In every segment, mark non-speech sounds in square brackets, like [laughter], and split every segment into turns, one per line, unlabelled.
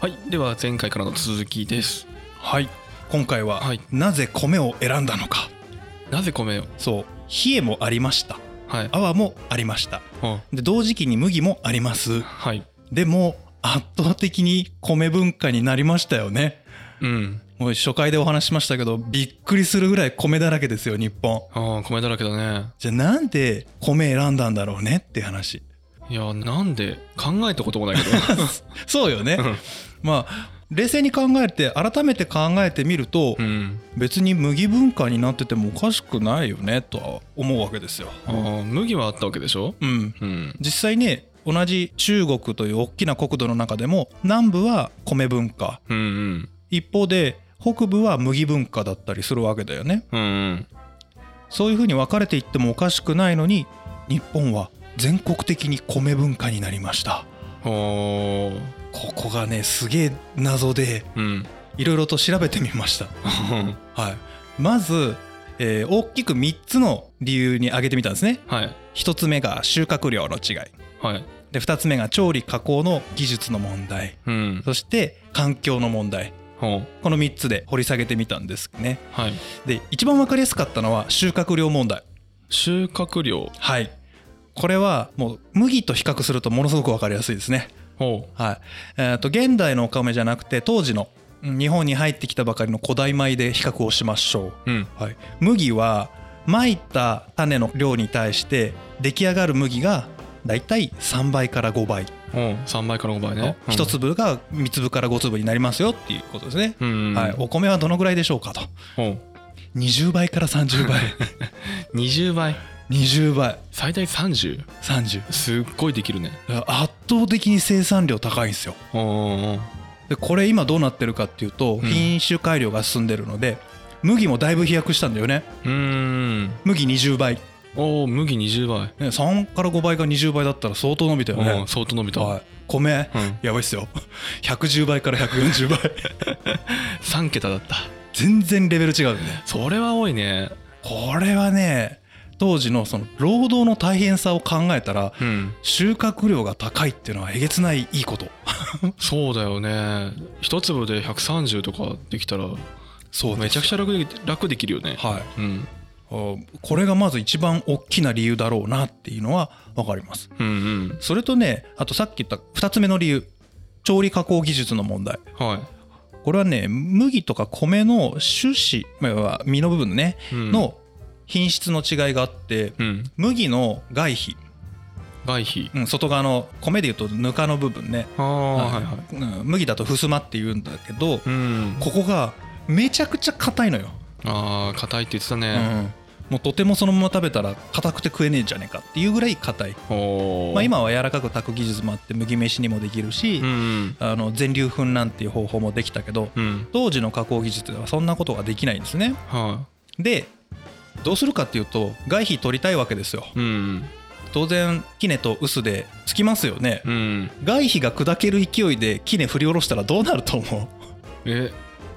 はいでは前回からの続きです
はい今回は、
はい
なぜ米を選んだのか
なぜ米を
そう冷えもありました
はい
泡もありました
あ
で同時期に麦もあります
はい
でも圧倒的に米文化になりましたよね
うん
もう初回でお話ししましたけどびっくりするぐらい米だらけですよ日本
ああ米だらけだね
じゃあなんで米選んだんだろうねっていう話
いやなんで考えたこともないけ
[laughs]
ど
そうよね
うん
まあ冷静に考えて改めて考えてみると、
うん
別に麦文化になっててもおかしくないよねとは思うわけですよ。
あー麦はあったわけでしょ
うん、
うん
実際ね同じ中国という大きな国土の中でも南部は米文化
うんうん
一方で北部は麦文化だったりするわけだよね
うんうん
そういうふうに分かれていってもおかしくないのに日本は全国的に米文化になりました
おー
ここがねすげえ謎で
うん [laughs]
いろいろと調べてみましたはいまず、えー大きく3つの理由に挙げてみたんですね
はい
1つ目が収穫量の違い
はい
で2つ目が調理加工の技術の問題
うん
そして環境の問題
ほう
この3つで掘り下げてみたんですね
はい
で一番分かりやすかったのは収穫量問題
収穫量
はいこれはもう麦と比較するとものすごく分かりやすいですね
ほ
はいえーと現代のお米じゃなくて当時のうん日本に入ってきたばかりの古代米で比較をしましょ
ううん
う、はい、麦はまいた種の量に対して出来上がる麦がだいたい3倍から5倍
ほう3倍から5倍
の
ね
1粒が3粒から5粒になりますよっていうことですね、
うんうん
はい、お米はどのぐらいでしょうかと
ほう
20倍から30倍
[laughs] 20倍
20倍
最大 30?
30
すっごいできるね
圧倒的に生産量高いんですよ
おー
でこれ今どうなってるかっていうと
ん
品種改良が進んでるので、麦もだいぶ飛躍したんだよね
うーん
麦20倍ね
おー麦20倍
3から5倍が20倍だったら相当伸びたよ
うん
ね、
相当伸びた、
はい、米、
うん
やばいっすよ [laughs] 110倍から140倍
3桁だった
全然レベル違うよね
それは多いね
これはね当時のその労働の大変さを考えたら
うん
収穫量が高いっていうのはえげつないいいこと
そうだよね一粒で130とかできたら
そう
めちゃくち
ゃ
ゃ楽で楽できるよね
はい
うん
あーこれがまず一番大きな理由だろうなっていうのは分かります
うんうん
それとねあとさっき言った2つ目の理由調理加工技術の問題
は
これはね麦とか米の種子まあ要は実の部分ね、
い、うん、
の品質の違いがあって
うん
麦の外皮、
外皮
うん、外側の米でいうとぬかの部分ね、
ああはいはい
うん麦だとふすまって言うんだけど、
うん
ここがめちゃくちゃ硬いのよ、
ああ硬いって言ってた
う
ね、
ん、もうとてもそのまま食べたら硬くて食えねえんじゃねえかっていうぐらい硬い
おお
まあ、今は柔らかく炊く技術もあって麦飯にもできるし、
うん
あの全粒粉なんていう方法もできたけど
うんうん
当時の加工技術ではそんなことができないんですね
は
でどうするかっていうと外皮取りたいわけですよ
いうん
当然キネと臼でつきますよね
うん
外皮が砕ける勢いでキネ振り下ろしたらどう [laughs] なると思
え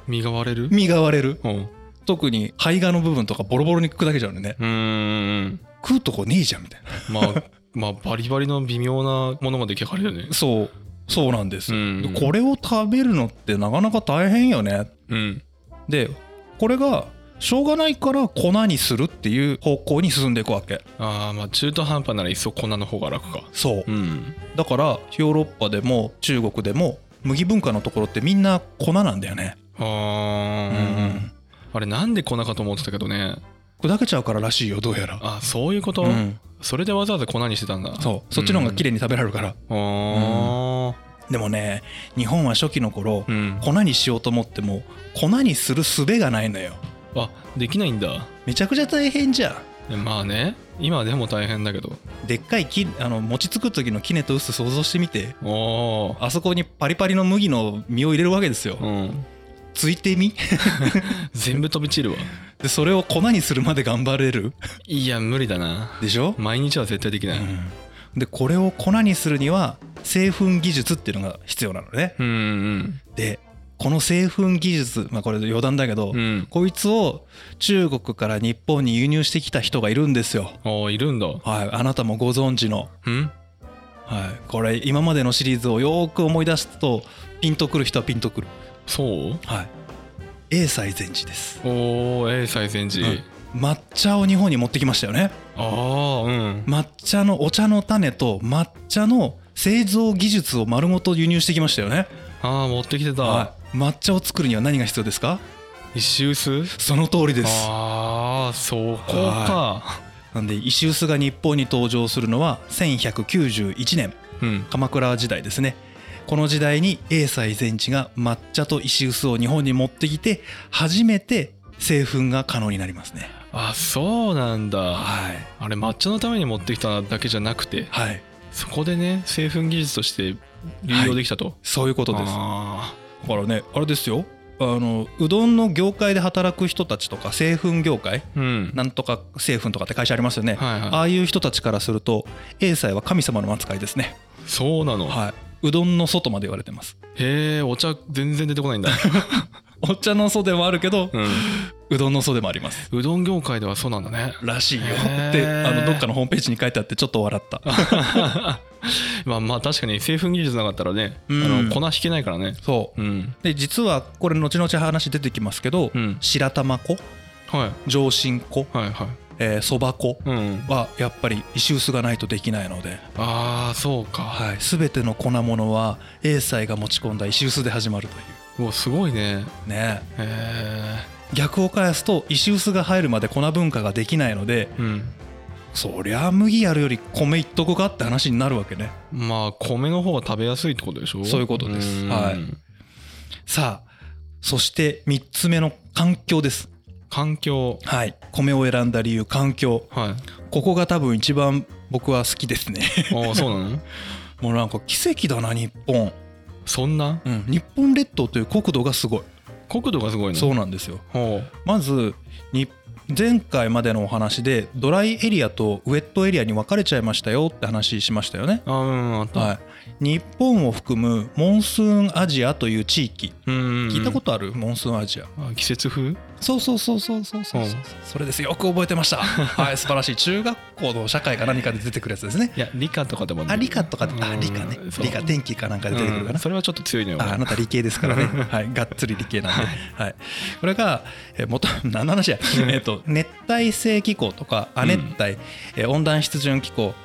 身が割れる
う身が割れる
うん
特に胚芽の部分とかボロボロに砕けちゃうんでね
うんうん
食うとこねえじゃんみたいな
まあ [laughs] まあバリバリの微妙なものが出来上がるよね
そうそうなんですよ
うん
これを食べるのってなかなか大変よね
うん
でこれがしょうがないから粉にするっていう方向に進んでいくわけ
ああまあ中途半端ならいっそ粉の方が楽か
そう
うん
だからヨーロッパでも中国でも麦文化のところってみんな粉なんだよね
あー、あれなんで粉かと思ってたけどね
砕けちゃうかららしいよどうやら
あそういうこと、
うん
それでわざわざ粉にしてたんだ
そうそっちの方が綺
麗
麗に食べられるから
あー
でもね日本は初期の頃
うん、
粉にしようと思っても粉にする術がないのよ
あできないんだ
めちゃくちゃ大変じゃ
えまあね今でも大変だけど
んでっかい木あの餅つく時のキネと薄想像してみて
お
あそこにパリパリの麦の実を入れるわけですよ
ーうん
ついてみ [laughs]
全部飛び散るわ
でそれを粉にするまで頑張れる
いや無理だな
でしょ、
毎日は絶対できない
うんでこれを粉にするには製粉技術っていうのが必要なのね
うんうん
でこの製粉技術まあこれ余談だけど、
うん
こいつを中国から日本に輸入してきた人がいるんですよ
あーいるんだ
はいあなたもご存知の
うん
はい、これ今までのシリーズをよーく思い出すとピンとくる人はピンとくる、
そう
はい、A 西禅寺です
おー A 最善寺、
うん抹茶を日本に持ってきましたよね
ああうん
抹茶のお茶の種と抹茶の製造技術を丸ごと輸入してきましたよね、
ああ持ってきてた、
はい、抹茶を作るには何が必要ですか
石臼
その通りです
ああそこか、
なんで石臼が日本に登場するのは1191年
うん
鎌倉時代ですねこの時代に永西禅師が抹茶と石臼を日本に持ってきて初めて製粉が可能になりますね
あそうなんだ
はい
あれ抹茶のために持ってきただけじゃなくて
はい
そこでね製粉技術として利用できたと、
そういうことですだ
あ
からねあれですよあのうどんの業界で働く人たちとか製粉業界
ーうん
なんとか製粉とかって会社ありますよね、
はいはい
ああいう人たちからすると永西は神様の扱いですね
そうなの、
はい、うどんの外まで言われてます
へえお茶全然出てこないん
[laughs]
だ、
お茶の袖もあるけど、
う
うどんの袖もあります
ん、うどん業界ではそうなんだね
らしいよ
へー
ってあのどっかのホームページに書いてあってちょっと笑った
[laughs] まあまあ確かに製粉技術なかったらね、
うん
あの粉引けないからね
そう
うん
で実はこれ後々話出てきますけど、
うん
白玉粉
はい
上新粉
はいはい
えーそば粉
うん
はやっぱり石臼がないとできないので、
ああそうか、
はい、全ての粉物は英才が持ち込んだ石臼で始まるという
もうすごいね
うね
へ
逆を返すと石臼が入るまで粉文化ができないので
えうん
そりゃ麦やるより米いっとこかって話になるわけね
まあ米の方が食べやすいってことでしょ
そういうことです
ん
はいさあそして3つ目の環境です
環境
はい米を選んだ理由環境
はいあ
ここが多分一番僕は好きですね [laughs]
あそうなの
もうなんか奇跡だな日本、
そんな
うん、日本列島という国土がすごい
国土がすごいの
そうなんですよ
ほ
まずに前回までのお話でドライエリアとウェットエリアに分かれちゃいましたよって話しましたよね
うあうんあった、
はい日本を含むモンスーンアジアという地域
うんうんうん
聞いたことあるモンスーンアジア
あ季節風
そうそうそうそうそうそうそう
うん
それですよく覚え
[laughs]
てましたはい素晴らしい中学校の社会か何かで出てくるやつですね
いや理科とかでも
あ理科とかであ
うん
理科ね
そう
理科天気かなんかで出てくるか
うん
な
それはちょっと強いのよ
ああなた理系で
[laughs]
すからね、はい、がっつり理系なんで、はい、これが、えー、元 [laughs] 何の話や、えー、と熱帯性気候とか亜熱帯、えー温暖湿潤気候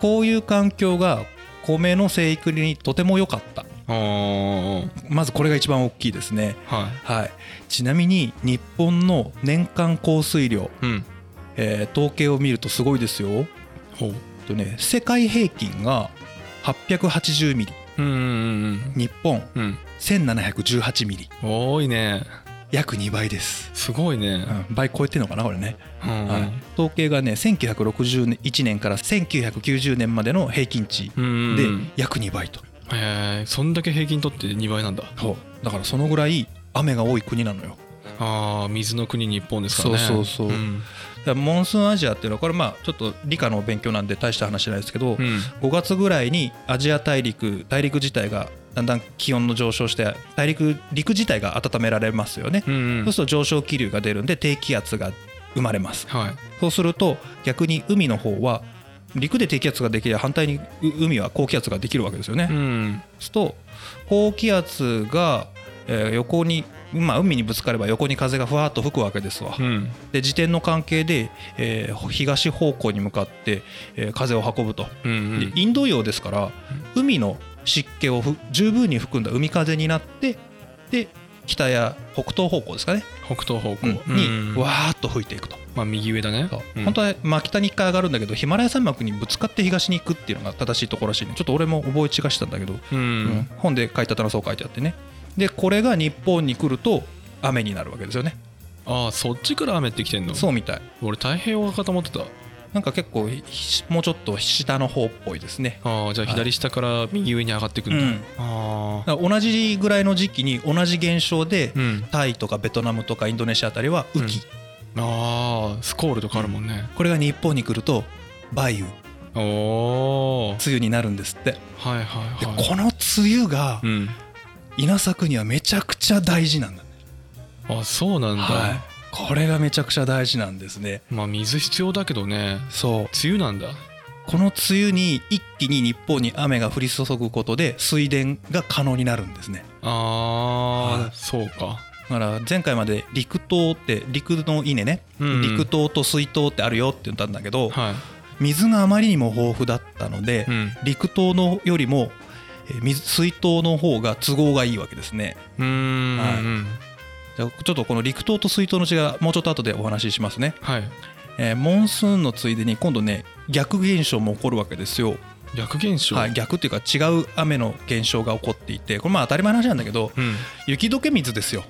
こういう環境が米の生育にとても良かった
あ
まずこれが一番大きいですね、
あはい
はい、ちなみに日本の年間降水量、
うん
えー統計を見るとすごいですよ、
ほう
えっとね、世界平均が880ミリ
うんうん
日本
うんうん
1718ミリ
うん多いね
約2倍です、
すごいね
うん、倍超えてるのかなこれね
うん
はい、統計がね1961年から1990年までの平均値
うんうん
で
うん
約2倍と、
へえそんだけ平均取って2倍なんだ
そうだからそのぐらい雨が多い国なのよ
ああ水の国日本ですからね
そうそうそうんだからモンスーンアジアっていうのはこれまあちょっと理科の勉強なんで大した話じゃないですけ
う
ど、
ん
5月ぐらいにアジア大陸大陸自体がだんだん気温の上昇して大陸陸自体が温められますよね、
うんうん
そうすると上昇気流が出るんで低気圧が生まれます
はい
そうすると逆に海の方は陸で低気圧ができれば反対にう海は高気圧ができるわけですよね。
うん
すると高気圧がえー横に、まあ、海にぶつかれば横に風がふわっと吹くわけですわ。
うん
で時点の関係で、えー東方向に向かって、えー風を運ぶと。
うんう
で
ん
インド洋ですから海の湿気をふ十分に含んだ海風になってで北や北東方向ですかね、
北東方向
にわ
わ
ーっと吹いていくと。
まあ右上だね
そう
うん
本当は真北に1回上がるんだけどヒマラヤ山脈にぶつかって東に行くっていうのが正しいところらしいねちょっと俺も覚え違したんだけど、
う
うん
ん
本で書いたたらそう書いてあってねでこれが日本に来ると雨になるわけですよね
ああそっちから雨ってきてんの
そうみたい
俺太平洋が固まってた
なんか結構ひもうちょっと下の方っぽいですね
ああじゃあ左下から右上に上がってくんだ、
うん
ああ
だから同じぐらいの時期に同じ現象で、
うん
タイとかベトナムとかインドネシアあたりは雨季、
ああスコールとかあるもんね、
これが日本に来ると梅雨梅
おお
雨になるんですって
はいはい
で
はい
この梅雨が
うん
稲作にはめちゃくちゃ大事なんだ
あそうなんだ、
はい、これがめちゃくちゃ大事なんですね
まあ水必要だけどね
そう
梅雨なんだ
この梅雨に一気に日本に雨が降り注ぐことで水田が可能になるんですね
あー、
はい
そうか
だから前回まで陸糖って陸の稲ね、
うんうん
陸糖と水糖ってあるよって言ったんだけど、
はい
水があまりにも豊富だったので、
うん
陸糖のよりもえー水水糖の方が都合がいいわけですね
うーん、
はい
うん
じゃあちょっとこの陸糖と水糖の違いはもうちょっと後でお話ししますね、
はい
えーモンスーンのついでに今度ね逆現象も起こるわけですよ、
逆現象、
はい、逆っていうか違う雨の現象が起こっていてこれまあ当たり前の話なんだけど
うん
雪解け水ですよ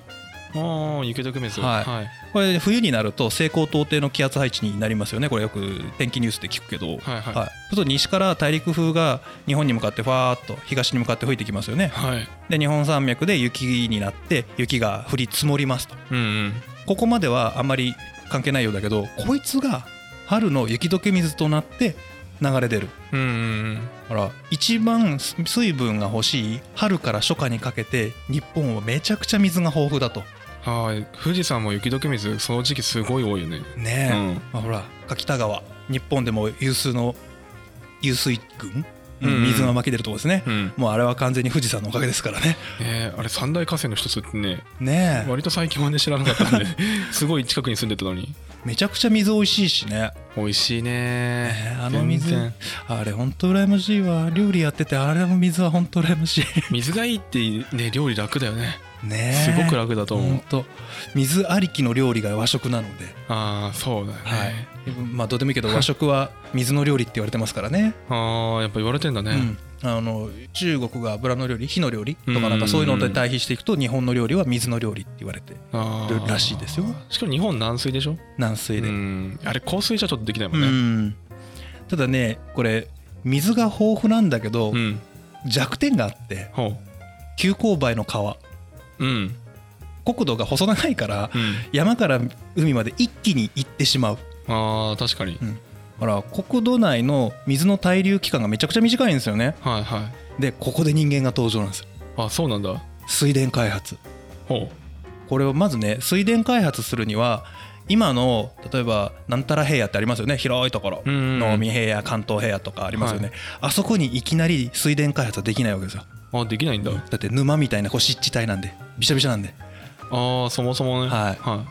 ああ雪解け水
はい
はい
これ冬になると西高東低の気圧配置になりますよねこれよく天気ニュースで聞くけど、
はいはい
はい、そうすると西から大陸風が日本に向かってファーっと東に向かって吹いてきますよね
はい
で日本山脈で雪になって雪が降り積もりますと
うんうん
ここまではあんまり関係ないようだけどこいつが春の雪解け水となって流れ出る
うんうん
ほら一番す水分が欲しい春から初夏にかけて日本はめちゃくちゃ水が豊富だと
うんはい富士山も雪解け水その時期すごい多いよね
ねえ、
うん
まあ、ほら柿田川日本でも有数の湧水群、
うんうん
水が湧き出るとこですね、
うん
もうあれは完全に富士山のおかげですからね
えーあれ三大河川の一つってね
ねえ
割と最近まで知らなかったんで [laughs] すごい近くに住んでたのに
めちゃくちゃ水美味しいしね
美味しい
え
ね
ーあの水
全然
あれほんと羨ましいわ料理やっててあれの水はほんと羨まし
水がいいってね料理楽だよね
いねえ
すごく楽だと
ほ
思
ん
う
と水ありきの料理が和食なので
ああそうだよね、
はいまあどうでもいいけど和食は水の料理って言われてますからね
ああやっぱ言われてんだね、
うん、あの中国が油の料理火の料理とかなんかそういうので対比していくと日本の料理は水の料理って言われて
あ
る
ー
らしいですよ
しかも日本軟水でしょ
軟水で、
うんあれ硬水じゃちょっとできないも
うん
ね
んただねこれ水が豊富なんだけど、
うん、
弱点があって
ほ
急勾配の川
ううん
国土が細長いから
うん
山から海まで一気に行ってしまう
あー確かに
ほら国土内の水の滞留期間がめちゃくちゃ短いんですよね
はいはい
でここで人間が登場なんですよ
あそうなんだ
水田開発
ほ
これをまずね水田開発するには今の例えばなんたら平野ってありますよね広いところ
ううん
能見平野関東平野とかありますよね、あそこにいきなり水田開発はできないわけですよ
あできないんだ
だって沼みたいなこう湿地帯なんでびしゃびしゃなんで
ああそもそもね
はい
は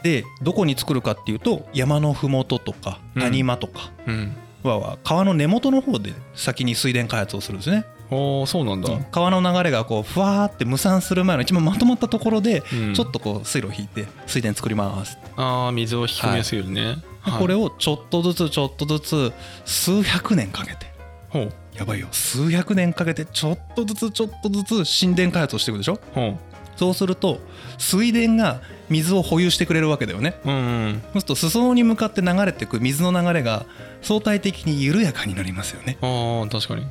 でどこに作るかっていうと山の麓とか
うん
谷間とか
いうん
はは川の根元の方で先に水田開発をするんですね、
おーそうなんだ、
川の流れがこうふわーって無散する前の一番まとまったところで
うん
ちょっとこう水路を引いて水田作ります
ああ水を引き込みやすいようにね、はい
これをちょっとずつちょっとずつ数百年かけて
ほう
やばいよ数百年かけてちょっとずつちょっとずつ神殿開発をしていくでしょ
ほ
そうすると水田が水を保有してくれるわけだよね
ううんうん
そうすると裾野に向かって流れていく水の流れが相対的に緩やかになりますよね
ああ確かに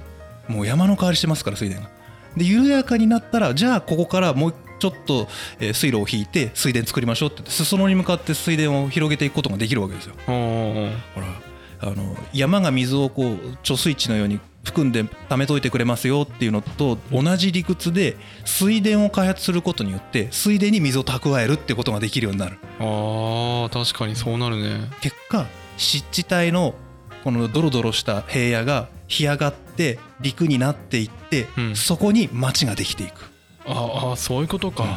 もう山の代わりしてますから水田がで緩やかになったらじゃあここからもうちょっとえー水路を引いて水田作りましょうって言って裾野に向かって水田を広げていくことができるわけですよ
おー
ほらあの山が水をこう貯水池のように含んで貯めといてくれますよっていうのと同じ理屈で水田を開発することによって水田に水を蓄えるってことができるようになる
あー確かにそうなるね
結果湿地帯のこのドロドロした平野が干上がって陸になっていって、
うん
そこに町ができていく
ああそういうことか、
うん
あ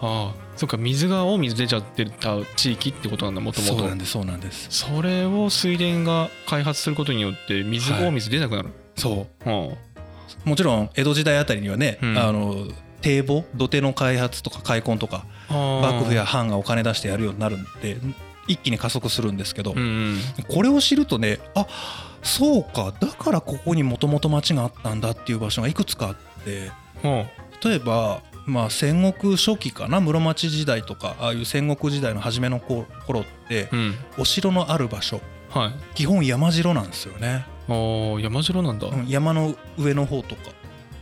あそっか水が大水出ちゃってた地域ってことなんだもと
そう
も
なん
と
ですそうなんです
それを水田が開発することによって水
はい
大水出なくなる、
そう
うん
もちろん江戸時代あたりにはね、
うん
あの堤防土手の開発とか開墾とか
あー
幕府や藩がお金出してやるようになるんで一気に加速するんですけど、
うんうん
これを知るとねあそうかだからここにもともと町があったんだっていう場所がいくつかあって
うん
例えば、まあ、戦国初期かな室町時代とかああいう戦国時代の初めの頃頃って
うん
お城のある場所
はい
基本山城なんですよね、
あー山城なんだ、
うん山の上の方とか、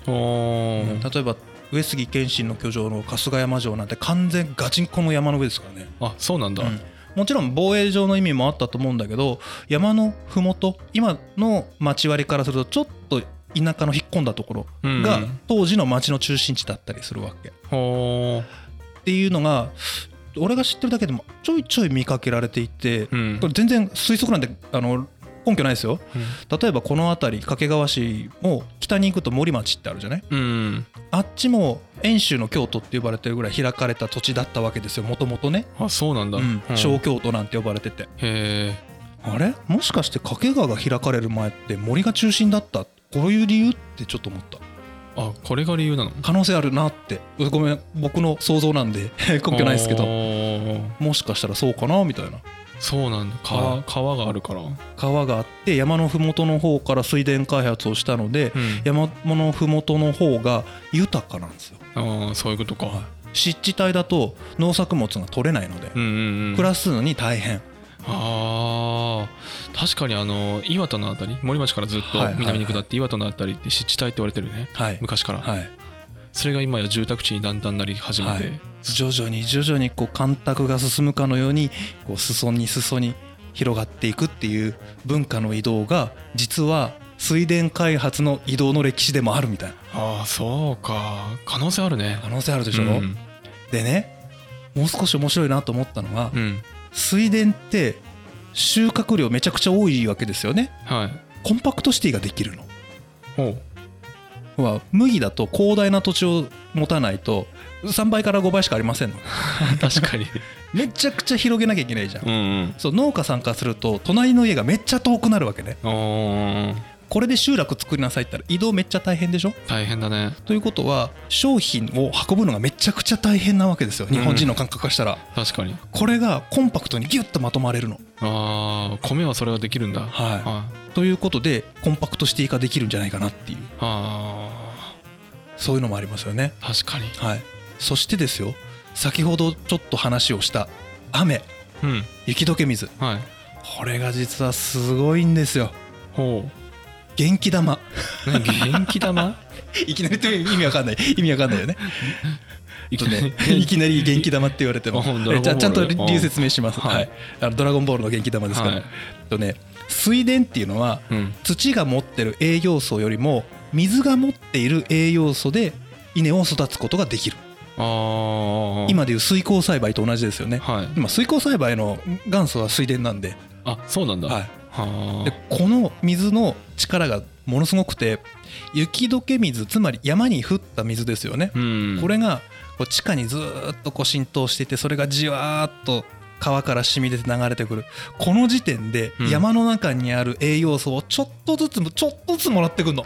おおー
例えば上杉謙信の居城の春日山城なんて完全ガチンコの山の上ですからね
あそうなんだ、
うんもちろん防衛上の意味もあったと思うんだけど山の麓今の町割りからするとちょっと田舎の引っ込んだとこ
う
ろ
ん
が当時の町の中心地だったりするわけ、っ
ほ
ていうのが俺が知ってるだけでもちょいちょい見かけられていて、
ううん
これ全然推測なんであの根拠ないですよ例えばこの辺り掛川市も北に行くと森町ってあるじゃない
うん
あっちも遠州の京都って呼ばれてるぐらい開かれた土地だったわけですよもともとね、
あそうなんだ、
うん
うん
小京都なんて呼ばれてて
へ
あれもしかして掛川が開かれる前って森が中心だったこういう理由ってちょっと思った
えあこれが理由なの
可能性あるなってうごめん僕の想像なんで [laughs] 根拠ないですけ
あ
ど
ー
もしかしたらそうかなみたいな
そうなんだ川川があるから、うん、
川があって山の麓の方から水田開発をしたので、山の麓の方が豊かなんですよ
ああそういうことか、
湿地帯だと農作物が取れないので、
うんうんうん
暮らすのに大変
あー確かにあの岩田のあたり森町からずっと
はいはいはい
南に下って岩田のあたりって湿地帯って言われてるね
はい、
昔から、
はい、
それが今や住宅地にだんだんなり始めて、
はい徐々に徐々にこう干拓が進むかのようにこう裾に裾に広がっていくっていう文化の移動が実は水田開発の移動の歴史でもあるみたいな
ああそうか可能性あるね
可能性あるでしょ、
うん
でねもう少し面白いなと思ったのは、
うん
水田って収穫量めちゃくちゃ多いわけですよね
はい
コンパクトシティができるの
お
[laughs]
う
は麦だと広大な土地を持たないと3倍から5倍しかありませんの
確かに
めちゃくちゃ広げなきゃいけないじゃん、
うんうん
そう農家さんからすると隣の家がめっちゃ遠くなるわけね
おー
これで集落作りなさいって言ったら移動めっちゃ大変でしょ
大変だね
ということは商品を運ぶのがめちゃくちゃ大変なわけですよ日本人の感覚からしたら、
確かに
これがコンパクトにギュッとまとまれるの
ああ米はそれができるんだはい
は
あ
いということでコンパクトシティ化できるんじゃないかなっていう
あ
そういうのもありますよね
ー確かに
はいそしてですよ先ほどちょっと話をした雨
うん
雪解け水
はい
これが実はすごいんですよ
ほ
元気玉
う何元気玉
[laughs] いきなりって意味わかんない意味わかんないよね
[laughs] い
とね、いきなり元気玉って言われて
[laughs]
も
あドラゴンボール
ちゃんちゃんと理由説明します、
はい
はいあのドラゴンボールの元気玉ですから、
はい
とね水田っていうのは
うん
土が持ってる栄養素よりも水が持っている栄養素で稲を育つことができる
ああ
今でいう水耕栽培と同じですよね
はい
今水耕栽培の元祖は水田なんで,、
あそうなんだ
は、
はい
でこの水の力がものすごくて雪解け水つまり山に降った水ですよね
うん
これがこう地下にずーっとこう浸透していてそれがじわーっと川から染み出て流れてくるこの時点で
うん
山の中にある栄養素をちょっとずつちょっとずつもらってくんの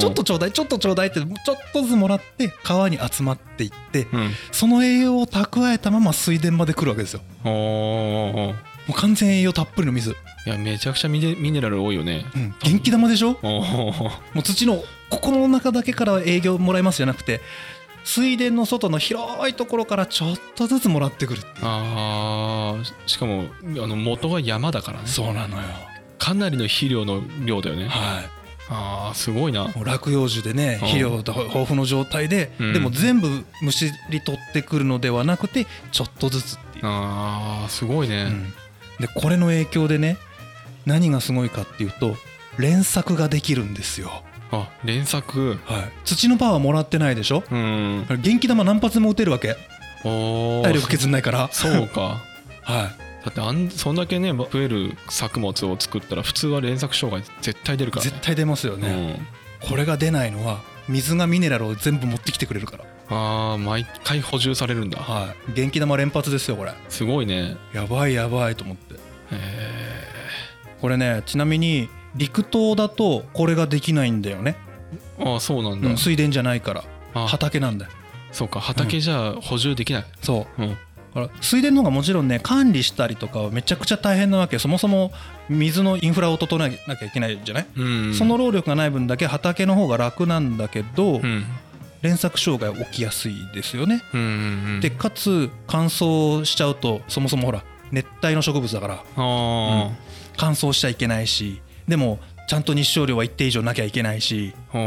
ち
ちょっとちょうだいちょっとちょうだいってちょっとずつもらって川に集まっていって
うん
その栄養を蓄えたまま水田まで来るわけですよ
おー
もう完全栄養たっぷりの水、
いやめちゃくちゃミネミネラル多いよね
うん、元気玉でしょ
おー
もう土の心の中だけから営業もらいますじゃなくて水田の外の広いところからちょっとずつもらってくるっていう
あーししかもあの元が山だからね
そうなのよ
かなりの肥料の量だよね
は
ああすごいない
もう落葉樹でね
うん
肥料豊富の状態で、
うん
でも全部むしり取ってくるのではなくてちょっとずつっていう、
あーすごい
うん
ね
でこれの影響でね何がすごいかっていうと連作ができるんですよ、
あ連作
はい、土のパワーもらってないでしょ
うん
元気玉何発も打てるわけ
おー
体力削んないから
そうか [laughs]
はい
だってあんそんだけね増える作物を作ったら普通は連作障害絶対出るからね
絶対出ますよね、
うん
これが出ないのは水がミネラルを全部持ってきてくれるから
ああ毎回補充されるんだ
はい元気玉連発ですよこれ
すごいね
やばいやばいと思って
へ
これねちなみに陸島だとこれができないんだよね、
ーああそうなん
う
だ
ん、水田じゃないから
あ
畑なんだよ
そうか畑じゃ補充できない
そう
うん
だから水田の方がもちろんね管理したりとかはめちゃくちゃ大変なわけそもそも水のインフラを整えなきゃいけないじゃない、
うん
その労力がない分だけ畑の方が楽なんだけ
う
ど、
ん
連作障害起きやすいですよね
うんうんうん
でかつ乾燥しちゃうとそもそもほら熱帯の植物だから
あ
乾燥しちゃいけないしでもちゃんと日照量は一定以上なきゃいけないし
あうん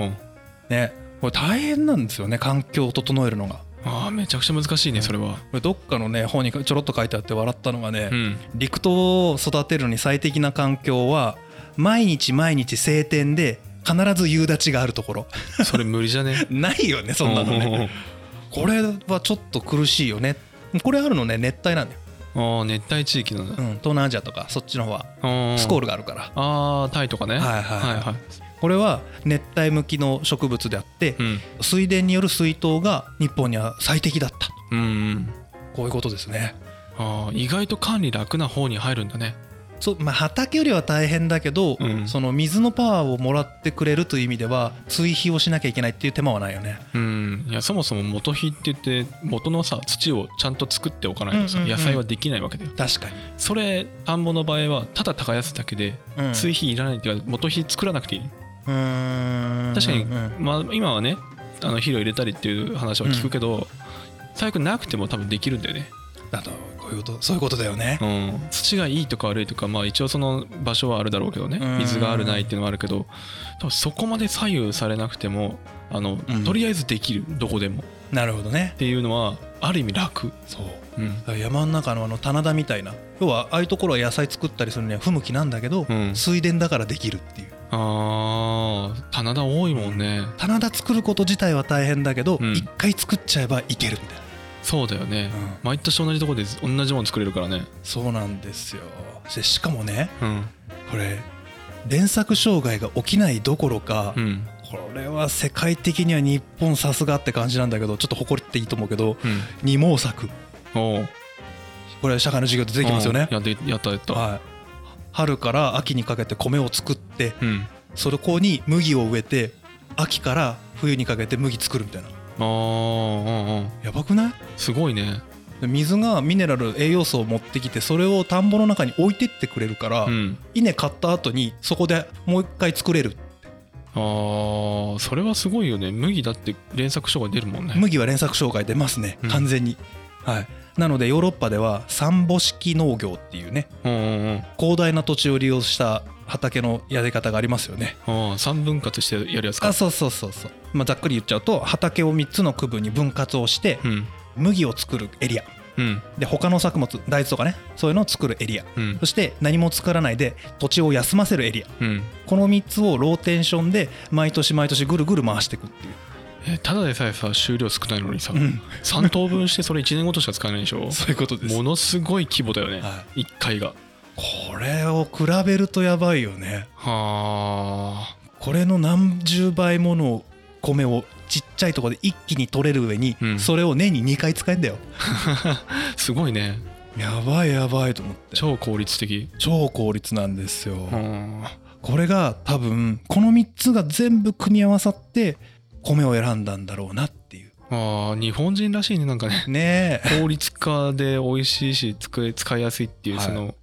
ねこれ大変なんですよね環境を整えるのがこ
ああめちゃくちゃ難しいねそれは
れどっかのね本にちょろっと書いてあって笑ったのがね、
うん
陸島を育てるのに最適な環境は毎日毎日晴天で必ず夕立ちがあるところ [laughs]
それ無理じゃね
ないよねそんなのねこれはちょっと苦しいよねこれあるのね熱帯なんだよ
ああ熱帯地域なん
う
だ
ん、東南アジアとかそっちの方はスコールがあるから、
ああタイとかね
はいはい
はい
これは熱帯向きの植物であって、
うん
水田による水筒が日本には最適だったと
うんうん
こういうことですね
ああ意外と管理楽な方に入るんだね
そうまあ、畑よりは大変だけど、
うん
その水のパワーをもらってくれるという意味では追肥をしなきゃいけないっていう手間はないよね
うんいやそもそも元肥って言って元のさ土をちゃんと作っておかないとさ、
うんうんうん
野菜はできないわけだよ
確かに、
それ田んぼの場合はただ耕すだけで
うん、
追肥いらないっていうか元肥作らなくていい、
うーん
確かに
うんうん
まあ、今はねあの肥料入れたりっていう話は聞くけど、最悪なくても多分できるんだよね、
だとこういうことそういうことだよね
うん、土がいいとか悪いとかまあ一応その場所はあるだろうけどね
うん
水があるないっていうのはあるけど多分そこまで左右されなくてもあの、
うん
とりあえずできるどこでもっ
なるほどね
ていうのはある意味楽、
そ
う
う
ん
だから山の中のあの棚田みたいな要はああいうところは野菜作ったりするには不向きなんだけど、
うん
水田だからできるっていう
あー棚田多いもんね
棚田作ること自体は大変だけど
うん
一、回作っちゃえばいけるみたいな
そうだよね、
うん
毎年同じとこで同じもの作れるからね
そうなんですよでしかもね
うん
これ連作障害が起きないどころか、
うん
これは世界的には日本さすがって感じなんだけどちょっと誇りっていいと思うけど
うん
二毛作
おう
これ社会の授業で出てきますよね
う、んやってやったやった、
はい、春から秋にかけて米を作って
うん
そこに麦を植えて秋から冬にかけて麦作るみたいな
あーうんうん
やばくない
すごいね
で水がミネラル栄養素を持ってきてそれを田んぼの中に置いてってくれるから、
うん
稲買った後にそこでもう一回作れる
あーそれはすごいよね麦だって連作障害出るもんね
麦は連作障害出ますね
うん
完全に、はいなのでヨーロッパでは三母式農業っていうね
うんうんうん
広大な土地を利用した畑のやり方がありますよね
ああ三分割してやるやつか
あそうそうそうそう、まあ、ざっくり言っちゃうと畑を3つの区分に分割をして
うん
麦を作るエリア
うん
で他の作物大豆とかねそういうのを作るエリア
うん
そして何も作らないで土地を休ませるエリア
うん
この3つをローテンションで毎年毎年ぐるぐる回していくっていう
えただでさえさ収量少ないのにさ、
うん
三3等分してそれ1年ごとしか使えないでしょ
そういうことです
ものすごい規模だよね、
は
一1回が
これを比べるとやばいよね
はあ
これの何十倍もの米をちっちゃいところで一気に取れる上に、
うん
それを年に2回使えんだよ
すごいね
やばいやばいと思って
超効率的
超効率なんですよ、
うん
これが多分この3つが全部組み合わさって米を選んだんだろうなっていう
ああ日本人らしいねなんかね
ねえ
効率化で美味しいし使い使いやすいっていう
はい
その、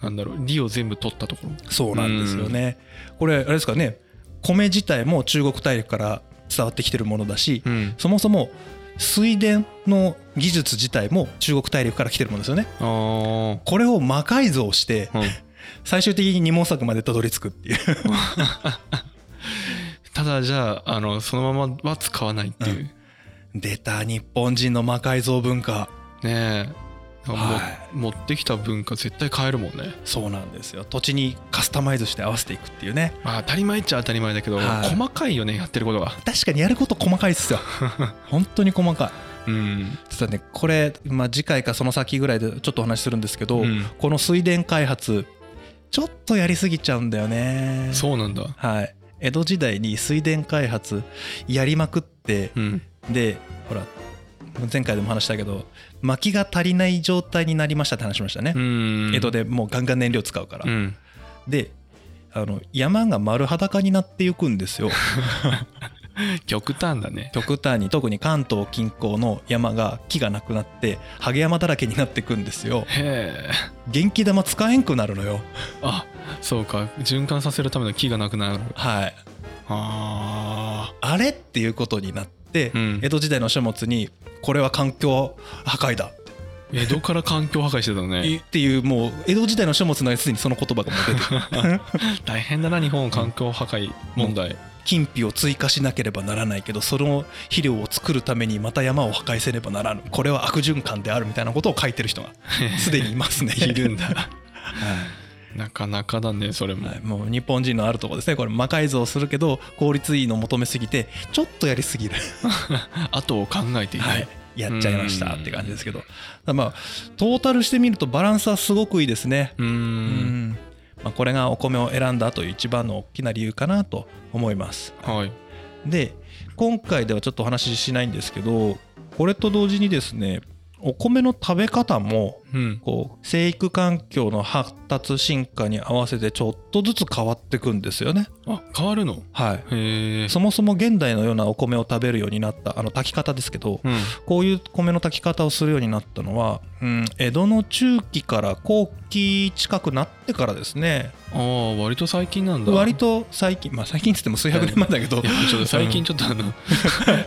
なんだろう利を全部取ったところ
そうなんですよねこれあれですかね米自体も中国大陸から伝わってきてるものだし、
うん
そもそも水田の技術自体も中国大陸から来てるものですよね
あー
これを魔改造して
うん
最終的に二毛作までたどり着くっていう
ただじゃああのそのままは使わないっていう、
出た日本人の魔改造文化
ねえ、
は
も持ってきた文化絶対変えるもんね
そうなんですよ土地にカスタマイズして合わせていくっていうね
まあ当たり前っちゃ当たり前だけど、
はい
細かいよねやってることが
確かにやること細かいっ
[laughs]
すよ本当に細かい
うん
ただねこれ、まあ、次回かその先ぐらいでちょっとお話しするんですけど、
うん
この水田開発ちょっとやりすぎちゃうんだよね
そうなんだ
はい江戸時代に水田開発やりまくって
うん
でほら前回でも話したけど薪が足りない状態になりましたって話しましたね、
うん
江戸でもうガンガン燃料使うから、
うん
であの山が丸裸になっていくんで
[laughs]
すよ
極端だね
極端に特に関東近郊の山が木がなくなってハゲ山だらけになっていくんですよ
へえ
元気玉使えんくなるのよ
あそうか循環させるための木がなくなる
はい
あ
あれっていうことになって、
うん
江戸時代の書物にこれは環境破壊だ
ー江戸から環境破壊してたのね
っていうもう江戸時代の書物のやつにその言葉がもう出
[laughs]
てくる
大変だな日本環境破壊問題
金費を追加しなければならないけどその肥料を作るためにまた山を破壊せねばならぬこれは悪循環であるみたいなことを書いてる人
[laughs]
がすでにいますね
いるんだ、
は
[laughs] なかなかだねそれも、
い、もう日本人のあるところですねこれ魔改造するけど効率いいの求めすぎてちょっとやりすぎる、
後を考えていない、
はい、やっちゃいました
うん
って感じですけど、ただまあ、トータルしてみるとバランスはすごくいいですね。
うー
うんんまあ、これがお米を選んだという一番の大きな理由かなと思います。
はい
で今回ではちょっとお話ししないんですけどこれと同時にですねお米の食べ方も
うん
こう生育環境の発達進化に合わせてちょっとずつ変わってくんですよね。
あ変わるの
はい
へえ
そもそも現代のようなお米を食べるようになったあの炊き方ですけど
うん
こういう米の炊き方をするようになったのは、うん、江戸の中期から後期近くなってからですね
ああ割と最近なんだ
割と最近まあ最近っつっても数百年前だけど
いや
[laughs]
ちょっと最近ちょっとあの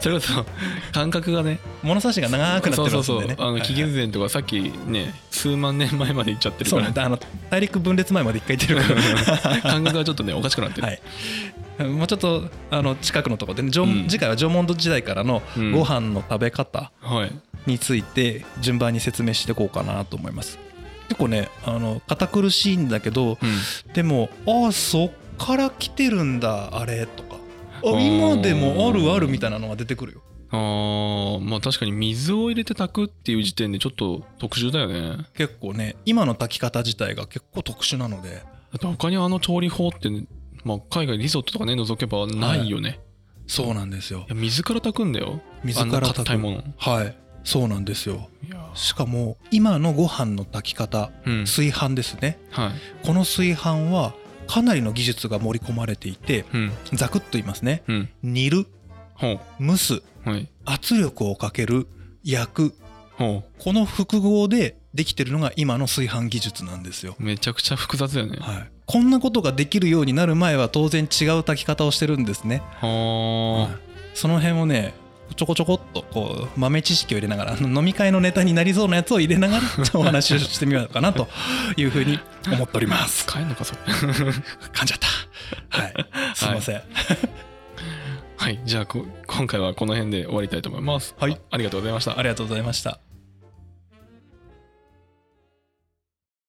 それこそ感覚がね
物差しが長くなって
そう
ますんでね
そうそうあ
はいは
の
い
紀元前とかさっきね数万年前まで行っちゃってる
そ
か
う
ら
なんだあの大陸分裂前まで一回行ってるか
[laughs]
ら
感覚がちょっとねおかしくなってる
[laughs] はい、もうちょっとあの近くのところで、ね縄
うん
次回は縄文土時代からの
うん
ご飯の食べ方
はい
について順番に説明していこうかなと思います結構ねあの堅苦しいんだけど
う
でもああそっから来てるんだあれとかあ
ー
今でもあるあるみたいなのが出てくるよ
んあーまあ確かに水を入れて炊くっていう時点でちょっと特殊だよね
結構ね今の炊き方自体が結構特殊なので
だって他にあの調理法って、ねまあ、海外リゾットとかね除けばないよね、い、
そうなんですよ
や水から炊くんだよ
水から炊く
あんな硬いもの
はいそうなんですよ
いや
しかも今のご飯の炊き方
うん
炊飯ですね
はい
この炊飯はかなりの技術が盛り込まれていて
うん
ザクッと言いますね
うん
煮る
ほう
蒸す
はい
圧力をかける焼く
ほ
この複合でできてるのが今の炊飯技術なんですよ、
うめちゃくちゃ複雑だよね
はい、こんなことができるようになる前は当然違う炊き方をしてるんですね、
は
はいその辺をねちょこちょこっとこう豆知識を入れながらあの飲み会のネタになりそうなやつを入れながらお話をしてみようかな [laughs] というふうに思っており [laughs] ます
使えんのかそれ [laughs]
噛んじゃったはいすいません、
はいじゃあこ今回はこの辺で終わりたいと思います
はい
あありがとうございました
ありがとうございました